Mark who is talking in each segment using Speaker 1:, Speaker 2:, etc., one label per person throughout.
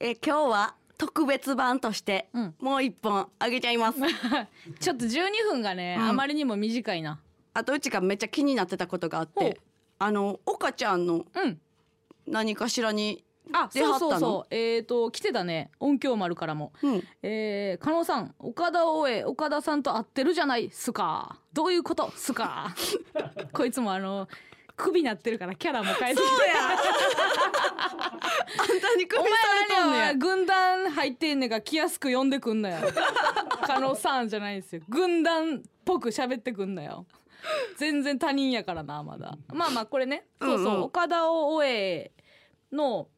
Speaker 1: え今日は特別版として
Speaker 2: うん
Speaker 1: もう一本あげちゃい ます、
Speaker 2: ちょっと12分がね、
Speaker 1: うん
Speaker 2: あまりにも短いな
Speaker 1: あとうちがめっちゃ気になってたことがあっ
Speaker 2: ほう
Speaker 1: てあの岡ちゃんの
Speaker 2: うん
Speaker 1: 何かしらに
Speaker 2: あ
Speaker 1: 出
Speaker 2: そ
Speaker 1: は
Speaker 2: う
Speaker 1: ったの
Speaker 2: そうそうえっ、と来てたね音響丸からも
Speaker 1: うん
Speaker 2: えー、加納さん岡田大江岡田さんと会ってるじゃないっすかどういうことっす かこいつもあの首なってるからキャラも変えてきて
Speaker 1: そうや あんたに
Speaker 2: お
Speaker 1: 首され
Speaker 2: 前
Speaker 1: とんね
Speaker 2: らに
Speaker 1: や
Speaker 2: は軍団入ってんねんが来やすく呼んでくんなよ 加納さんじゃないですよ軍団っぽく喋ってくんなよ全然他人やからなまだまあまあこれねそうそう、
Speaker 1: うんうん
Speaker 2: 岡田大江の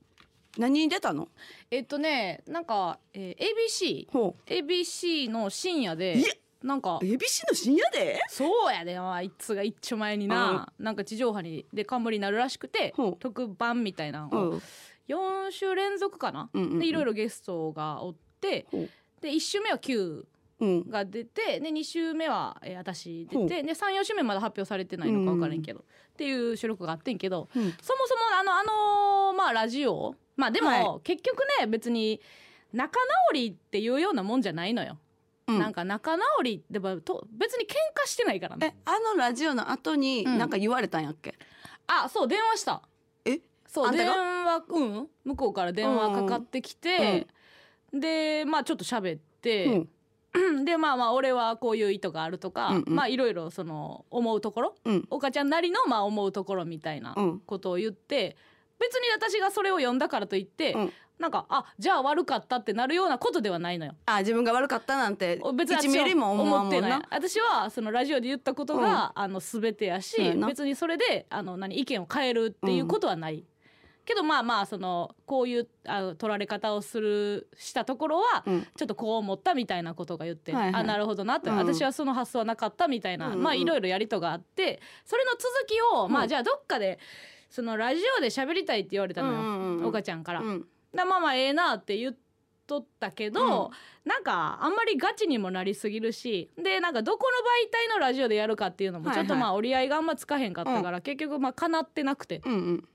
Speaker 1: 何に出たの
Speaker 2: えっとねなんか、えー
Speaker 1: ほ
Speaker 2: ABC ABC の深夜で
Speaker 1: いえ
Speaker 2: なんか
Speaker 1: う ABC の深夜で
Speaker 2: そうやであいつが一丁前にな、なんか地上波にで冠になるらしくて、
Speaker 1: ほう
Speaker 2: 特番みたいなの
Speaker 1: うん
Speaker 2: を4週連続かな、
Speaker 1: うんうんうん
Speaker 2: でいろいろゲストがおって
Speaker 1: ほう
Speaker 2: で1週目は Q
Speaker 1: うん
Speaker 2: が出てで2週目は、えー私出てで34週目まだ発表されてないのか分からんけど、っていう収録があってんけど
Speaker 1: うん
Speaker 2: そもそもあの、あのーまあラジオまあでも、
Speaker 1: は
Speaker 2: 結局ね別に仲直りっていうようなもんじゃないのよ。
Speaker 1: うん
Speaker 2: なんか仲直りでもと別に喧嘩してないからね。
Speaker 1: えあのラジオの後に
Speaker 2: うん
Speaker 1: なんか言われたんやっけ、
Speaker 2: あそう電話した
Speaker 1: え
Speaker 2: そ
Speaker 1: あ
Speaker 2: うん
Speaker 1: た
Speaker 2: 電
Speaker 1: が
Speaker 2: 話うん向こうから電話かかってきて、でまあちょっと喋って、でまあまあ俺はこういう意図があるとか、
Speaker 1: うんうん
Speaker 2: まあいろいろその思うところ
Speaker 1: うん
Speaker 2: 岡ちゃんなりのまあ思うところみたいな
Speaker 1: うん
Speaker 2: ことを言って別に私がそれを読んだからといって、
Speaker 1: うん
Speaker 2: なんかあじゃあ悪かったってなるようなことではないのよ。
Speaker 1: あ自分が悪かったなんて
Speaker 2: 別に
Speaker 1: 1ミリも思わんもんな
Speaker 2: 私はそのラジオで言ったことが、あの全てやし
Speaker 1: そうやな
Speaker 2: 別にそれであの何意見を変えるっていうことはない、けどまあまあそのこういうあの取られ方をするしたところは、
Speaker 1: うん
Speaker 2: ちょっとこう思ったみたいなことが言って、
Speaker 1: はいはい
Speaker 2: あなるほどなって、
Speaker 1: うん
Speaker 2: 私はその発想はなかったみたいな、
Speaker 1: うんうん
Speaker 2: まあいろいろやりとがあってそれの続きを、ま
Speaker 1: う
Speaker 2: あ
Speaker 1: ん
Speaker 2: じゃあどっかでそのラジオで喋りたいって言われたのよ、
Speaker 1: うんうんうん
Speaker 2: 岡ちゃんから。
Speaker 1: うん
Speaker 2: だまあまあええなって言っとったけど、なんかあんまりガチにもなりすぎるしでなんかどこの媒体のラジオでやるかっていうのも
Speaker 1: はい
Speaker 2: ちょ
Speaker 1: は
Speaker 2: っ
Speaker 1: い
Speaker 2: とまあ折り合いがあんまつかへんかったから、結局まあかなってなくて。っ
Speaker 1: うんうん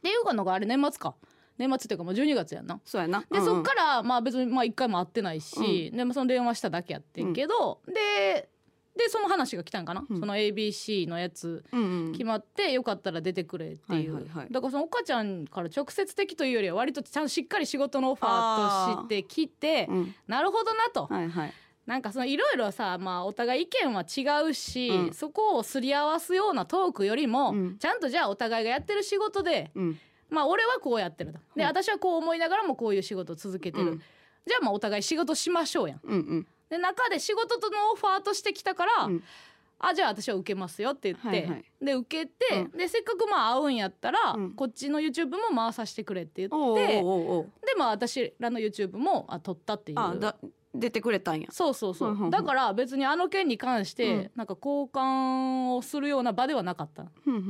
Speaker 2: ていうのがあれ年末か年末っていうかもう12月やんな。
Speaker 1: そうやな
Speaker 2: で、
Speaker 1: うんうん
Speaker 2: そっからまあ別にまあ1回も会ってないし、でもその電話しただけやってんけど、ででその話が来たんかな、
Speaker 1: うん
Speaker 2: その ABC のやつ
Speaker 1: うんうん
Speaker 2: 決まってよかったら出てくれっていう、
Speaker 1: はいはいはい
Speaker 2: だからその岡ちゃんから直接的というよりは割とちゃんとしっかり仕事のオファーとしてきて
Speaker 1: うん
Speaker 2: なるほどなと、
Speaker 1: はいはい
Speaker 2: なんかそのいろいろさ、まあ、お互い意見は違うし、
Speaker 1: うん
Speaker 2: そこをすり合わすようなトークよりも、
Speaker 1: うん
Speaker 2: ちゃんとじゃあお互いがやってる仕事で、
Speaker 1: うん
Speaker 2: まあ、俺はこうやってるとで私はこう思いながらもこういう仕事を続けてる、
Speaker 1: うん
Speaker 2: じゃあまあお互い仕事しましょうやん。
Speaker 1: うんうん
Speaker 2: で中で仕事とのオファーとしてきたから、
Speaker 1: うん
Speaker 2: あじゃあ私は受けますよって言って、
Speaker 1: はいはい
Speaker 2: で受けて、
Speaker 1: う
Speaker 2: でせっかくまあ会うんやったら、
Speaker 1: うん
Speaker 2: こっちの YouTube も回させてくれって言って
Speaker 1: おうおうおうおう
Speaker 2: でまあ私らの YouTube もあ撮ったっていう
Speaker 1: あだ出てくれたんや
Speaker 2: そうそうそう、
Speaker 1: うんうんうん
Speaker 2: だから別にあの件に関して、
Speaker 1: うん
Speaker 2: なんか交換をするような場ではなかった、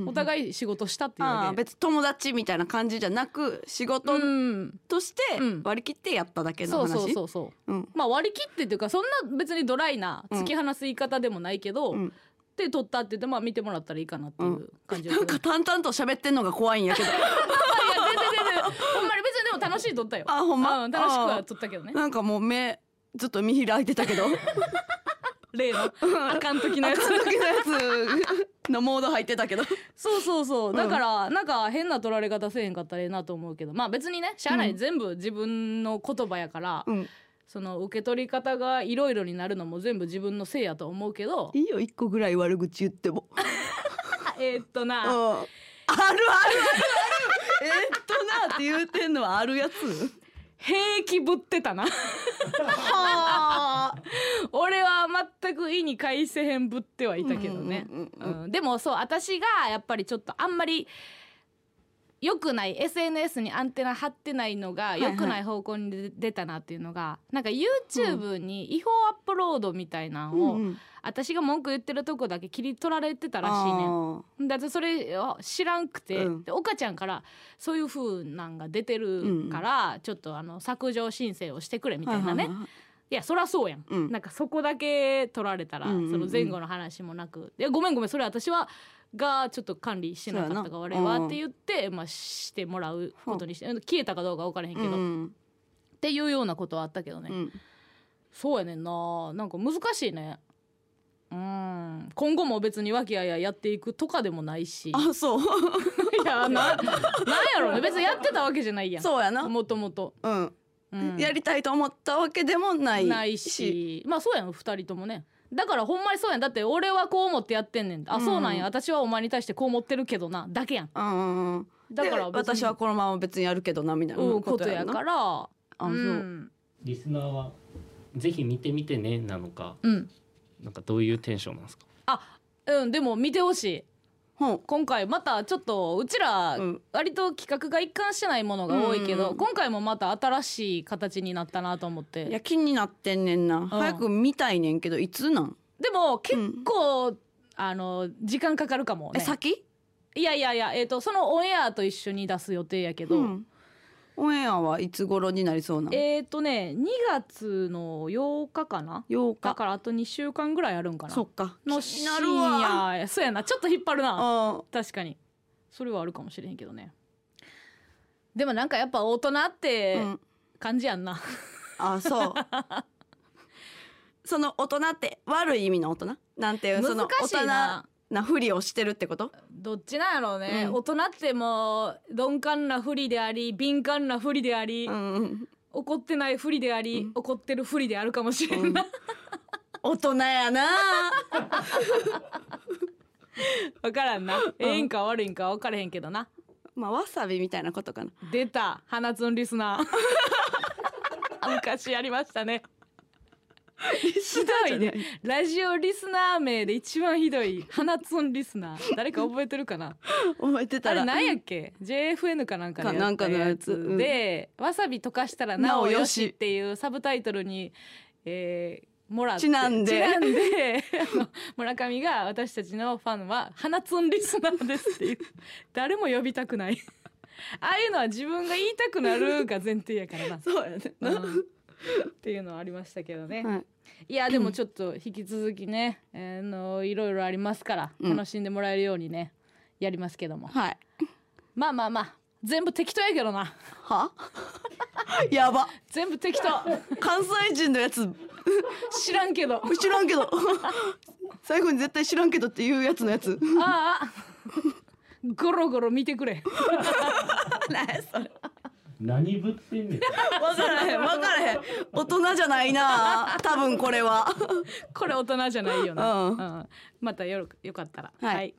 Speaker 2: お
Speaker 1: い
Speaker 2: 互い仕事したっていう
Speaker 1: あ
Speaker 2: だ
Speaker 1: あ
Speaker 2: け
Speaker 1: 別に友達みたいな感じじゃなく仕事
Speaker 2: うん
Speaker 1: として
Speaker 2: うん
Speaker 1: 割り切ってやっただけの
Speaker 2: そう
Speaker 1: 話
Speaker 2: そうそううそう
Speaker 1: うん
Speaker 2: まあ割り切ってっていうかそんな別にドライな突き放す言い方でもないけど、
Speaker 1: うん
Speaker 2: で撮ったって言ってまあ見てもらったらいいかなっていう感じだ
Speaker 1: な
Speaker 2: け
Speaker 1: ん
Speaker 2: ど、
Speaker 1: か淡々と喋ってんのが怖いんやけど
Speaker 2: いや全然全然ほんまに別にでも楽しい撮ったよ
Speaker 1: あほんま
Speaker 2: うん、楽しくは撮ったけどね
Speaker 1: なんかもう目ずっと見開いてた けど
Speaker 2: 例のあかん時のやつ
Speaker 1: その時のや つのモード入ってたけど
Speaker 2: そうそうそう
Speaker 1: うん
Speaker 2: だから、なんか変な撮られ方せえへんかったらええなと思うけどまあ別にねしゃあない、
Speaker 1: うん
Speaker 2: 全部自分の言葉やから、
Speaker 1: うん
Speaker 2: その受け取り方がいろいろになるのも全部自分のせいやと思うけど
Speaker 1: いいよ一個ぐらい悪口言っても
Speaker 2: あえーっと
Speaker 1: うんあるあ
Speaker 2: な
Speaker 1: るあるあるえっとなって言うてんのはあるやつ
Speaker 2: 平気ぶってたな
Speaker 1: はあ
Speaker 2: 俺は全く意に介せへんぶってはいたけどね、
Speaker 1: うんうんう
Speaker 2: うんでもそう私がやっぱりちょっとあんまり良くない SNS にアンテナ張ってないのが
Speaker 1: いは
Speaker 2: 良
Speaker 1: い
Speaker 2: くない方向に出出たなっていうのが、なんか YouTube に違法アップロードみたいなのを、
Speaker 1: うんうん
Speaker 2: 私が文句言ってるとこだけ切り取られてたらしいねん
Speaker 1: あ
Speaker 2: だってそれを知らんくて、
Speaker 1: うん
Speaker 2: で岡ちゃんからそういう風なんが出てるから、ちょっとあの削除申請をしてくれみ
Speaker 1: ー
Speaker 2: たいなね、
Speaker 1: ははいはい
Speaker 2: やそらそうやん、
Speaker 1: うん
Speaker 2: なんかそこだけ取られたら、
Speaker 1: うんうんうん
Speaker 2: その前後の話もなく「いやごめんごめんそれ私は」がちょっと管理してなかった
Speaker 1: そう
Speaker 2: か
Speaker 1: やな
Speaker 2: 俺は
Speaker 1: うん
Speaker 2: って言って、まあ、してもらうことにして消えたかどうか分からへんけど、
Speaker 1: うん
Speaker 2: っていうようなことはあったけどね、
Speaker 1: うん
Speaker 2: そうやねんななんか難しいねうん今後も別に和気あいあいやっていくとかでもないしい
Speaker 1: あそう
Speaker 2: やななんやろうね別にやってたわけじゃないやん
Speaker 1: そうやな
Speaker 2: もともと、
Speaker 1: うん、
Speaker 2: うん
Speaker 1: やりたいと思ったわけでもない
Speaker 2: ないしまあそうやん2人ともねだからほんまにそうやんだって俺はこう思ってやってんねんあ、
Speaker 1: うん
Speaker 2: そうなんや私はお前に対してこう思ってるけどなだけやん
Speaker 1: うんうんうん
Speaker 2: だから
Speaker 1: で私はこのまま別にやるけどなみたいな
Speaker 2: うんことや
Speaker 1: な
Speaker 2: から
Speaker 1: あそう、
Speaker 2: ん
Speaker 3: リスナーはぜひ見てみてねなのか
Speaker 2: うん、
Speaker 3: なんかどういうテンションなんですか
Speaker 2: うん、でも見てほしい
Speaker 1: ほん
Speaker 2: 今回またちょっとうちら
Speaker 1: うん
Speaker 2: 割と企画が一貫してないものが多いけど、
Speaker 1: うん
Speaker 2: 今回もまた新しい形になったなと思っ
Speaker 1: いや
Speaker 2: て
Speaker 1: 気になってんねんな、早く見たいねんけどいつなん、
Speaker 2: でも結構、あの時間かかるかも
Speaker 1: え
Speaker 2: ね
Speaker 1: 先
Speaker 2: いやいやいや、えー、とそのオンエアと一緒に出す予定やけど、
Speaker 1: うん、オンエアはいつ頃になりそうなん
Speaker 2: えっ、とね2月の8日かな
Speaker 1: 8
Speaker 2: だ
Speaker 1: 日
Speaker 2: からあと2週間ぐらいあるんかな
Speaker 1: そっか
Speaker 2: の
Speaker 1: 気
Speaker 2: 深
Speaker 1: に
Speaker 2: 夜
Speaker 1: なるわ
Speaker 2: そうやなちょっと引っ張るな
Speaker 1: あ
Speaker 2: 確かにそれはあるかもしれへんけどねでもなんかやっぱ大人って
Speaker 1: ー、うん、
Speaker 2: 感じやんな、
Speaker 1: あそう その大人って悪い意味の大人なんていうその
Speaker 2: 難
Speaker 1: 大
Speaker 2: しい
Speaker 1: 人
Speaker 2: な
Speaker 1: なふりをしてるってこと
Speaker 2: どっちなんやろうね、
Speaker 1: うん
Speaker 2: 大人ってもう鈍感なふりであり敏感なふりであり、
Speaker 1: うんうん
Speaker 2: 怒ってないふりであり、
Speaker 1: うん
Speaker 2: 怒ってるふりであるかもしれんな、
Speaker 1: 大人や な
Speaker 2: 分からんな、ええんか悪いんか分からへんけどな
Speaker 1: まあわさびみたいなことかな
Speaker 2: 出た花ツンリスナー 昔やりましたねひどいねラジオリスナー名で一番ひどい花ツンリスナー誰か覚えてるかな
Speaker 1: 覚えて
Speaker 2: あ
Speaker 1: た
Speaker 2: れ
Speaker 1: ら
Speaker 2: なんやっけ JFN かなんかで
Speaker 1: かな
Speaker 2: やっ
Speaker 1: ん
Speaker 2: た
Speaker 1: かの
Speaker 2: や
Speaker 1: やつう
Speaker 2: つ
Speaker 1: ん
Speaker 2: で「わさび溶かしたらなおよし」っていうサブタイトルに、えーもらって
Speaker 1: ちなんで。
Speaker 2: ちなんで あの村上が私たちのファンは花ツンリスナーですっていう誰も呼びたくないああいうのは自分が言いたくなるが前提やから な
Speaker 1: そうやね
Speaker 2: うんっていうのはありましたけどね。
Speaker 1: はい、
Speaker 2: いやでもちょっと引き続きね、えーのいろいろありますから
Speaker 1: うん
Speaker 2: 楽しんでもらえるようにね、やりますけども
Speaker 1: はい、
Speaker 2: まあまあまあ全部適当やけどな
Speaker 1: は やば
Speaker 2: 全部 適当
Speaker 1: 関西人のやつ
Speaker 2: 知らんけどあ
Speaker 1: 知らんけ ど最後に絶対知らんけどっていうやつのやつ
Speaker 2: あゴロゴロ見てくれ
Speaker 1: 何やそれ
Speaker 3: 何ぶってんね
Speaker 1: 分
Speaker 3: ん
Speaker 1: からへん分からへん大人じゃないな多分これは
Speaker 2: これ大人じゃないよな、
Speaker 1: うん
Speaker 2: またよろよかったら
Speaker 1: はい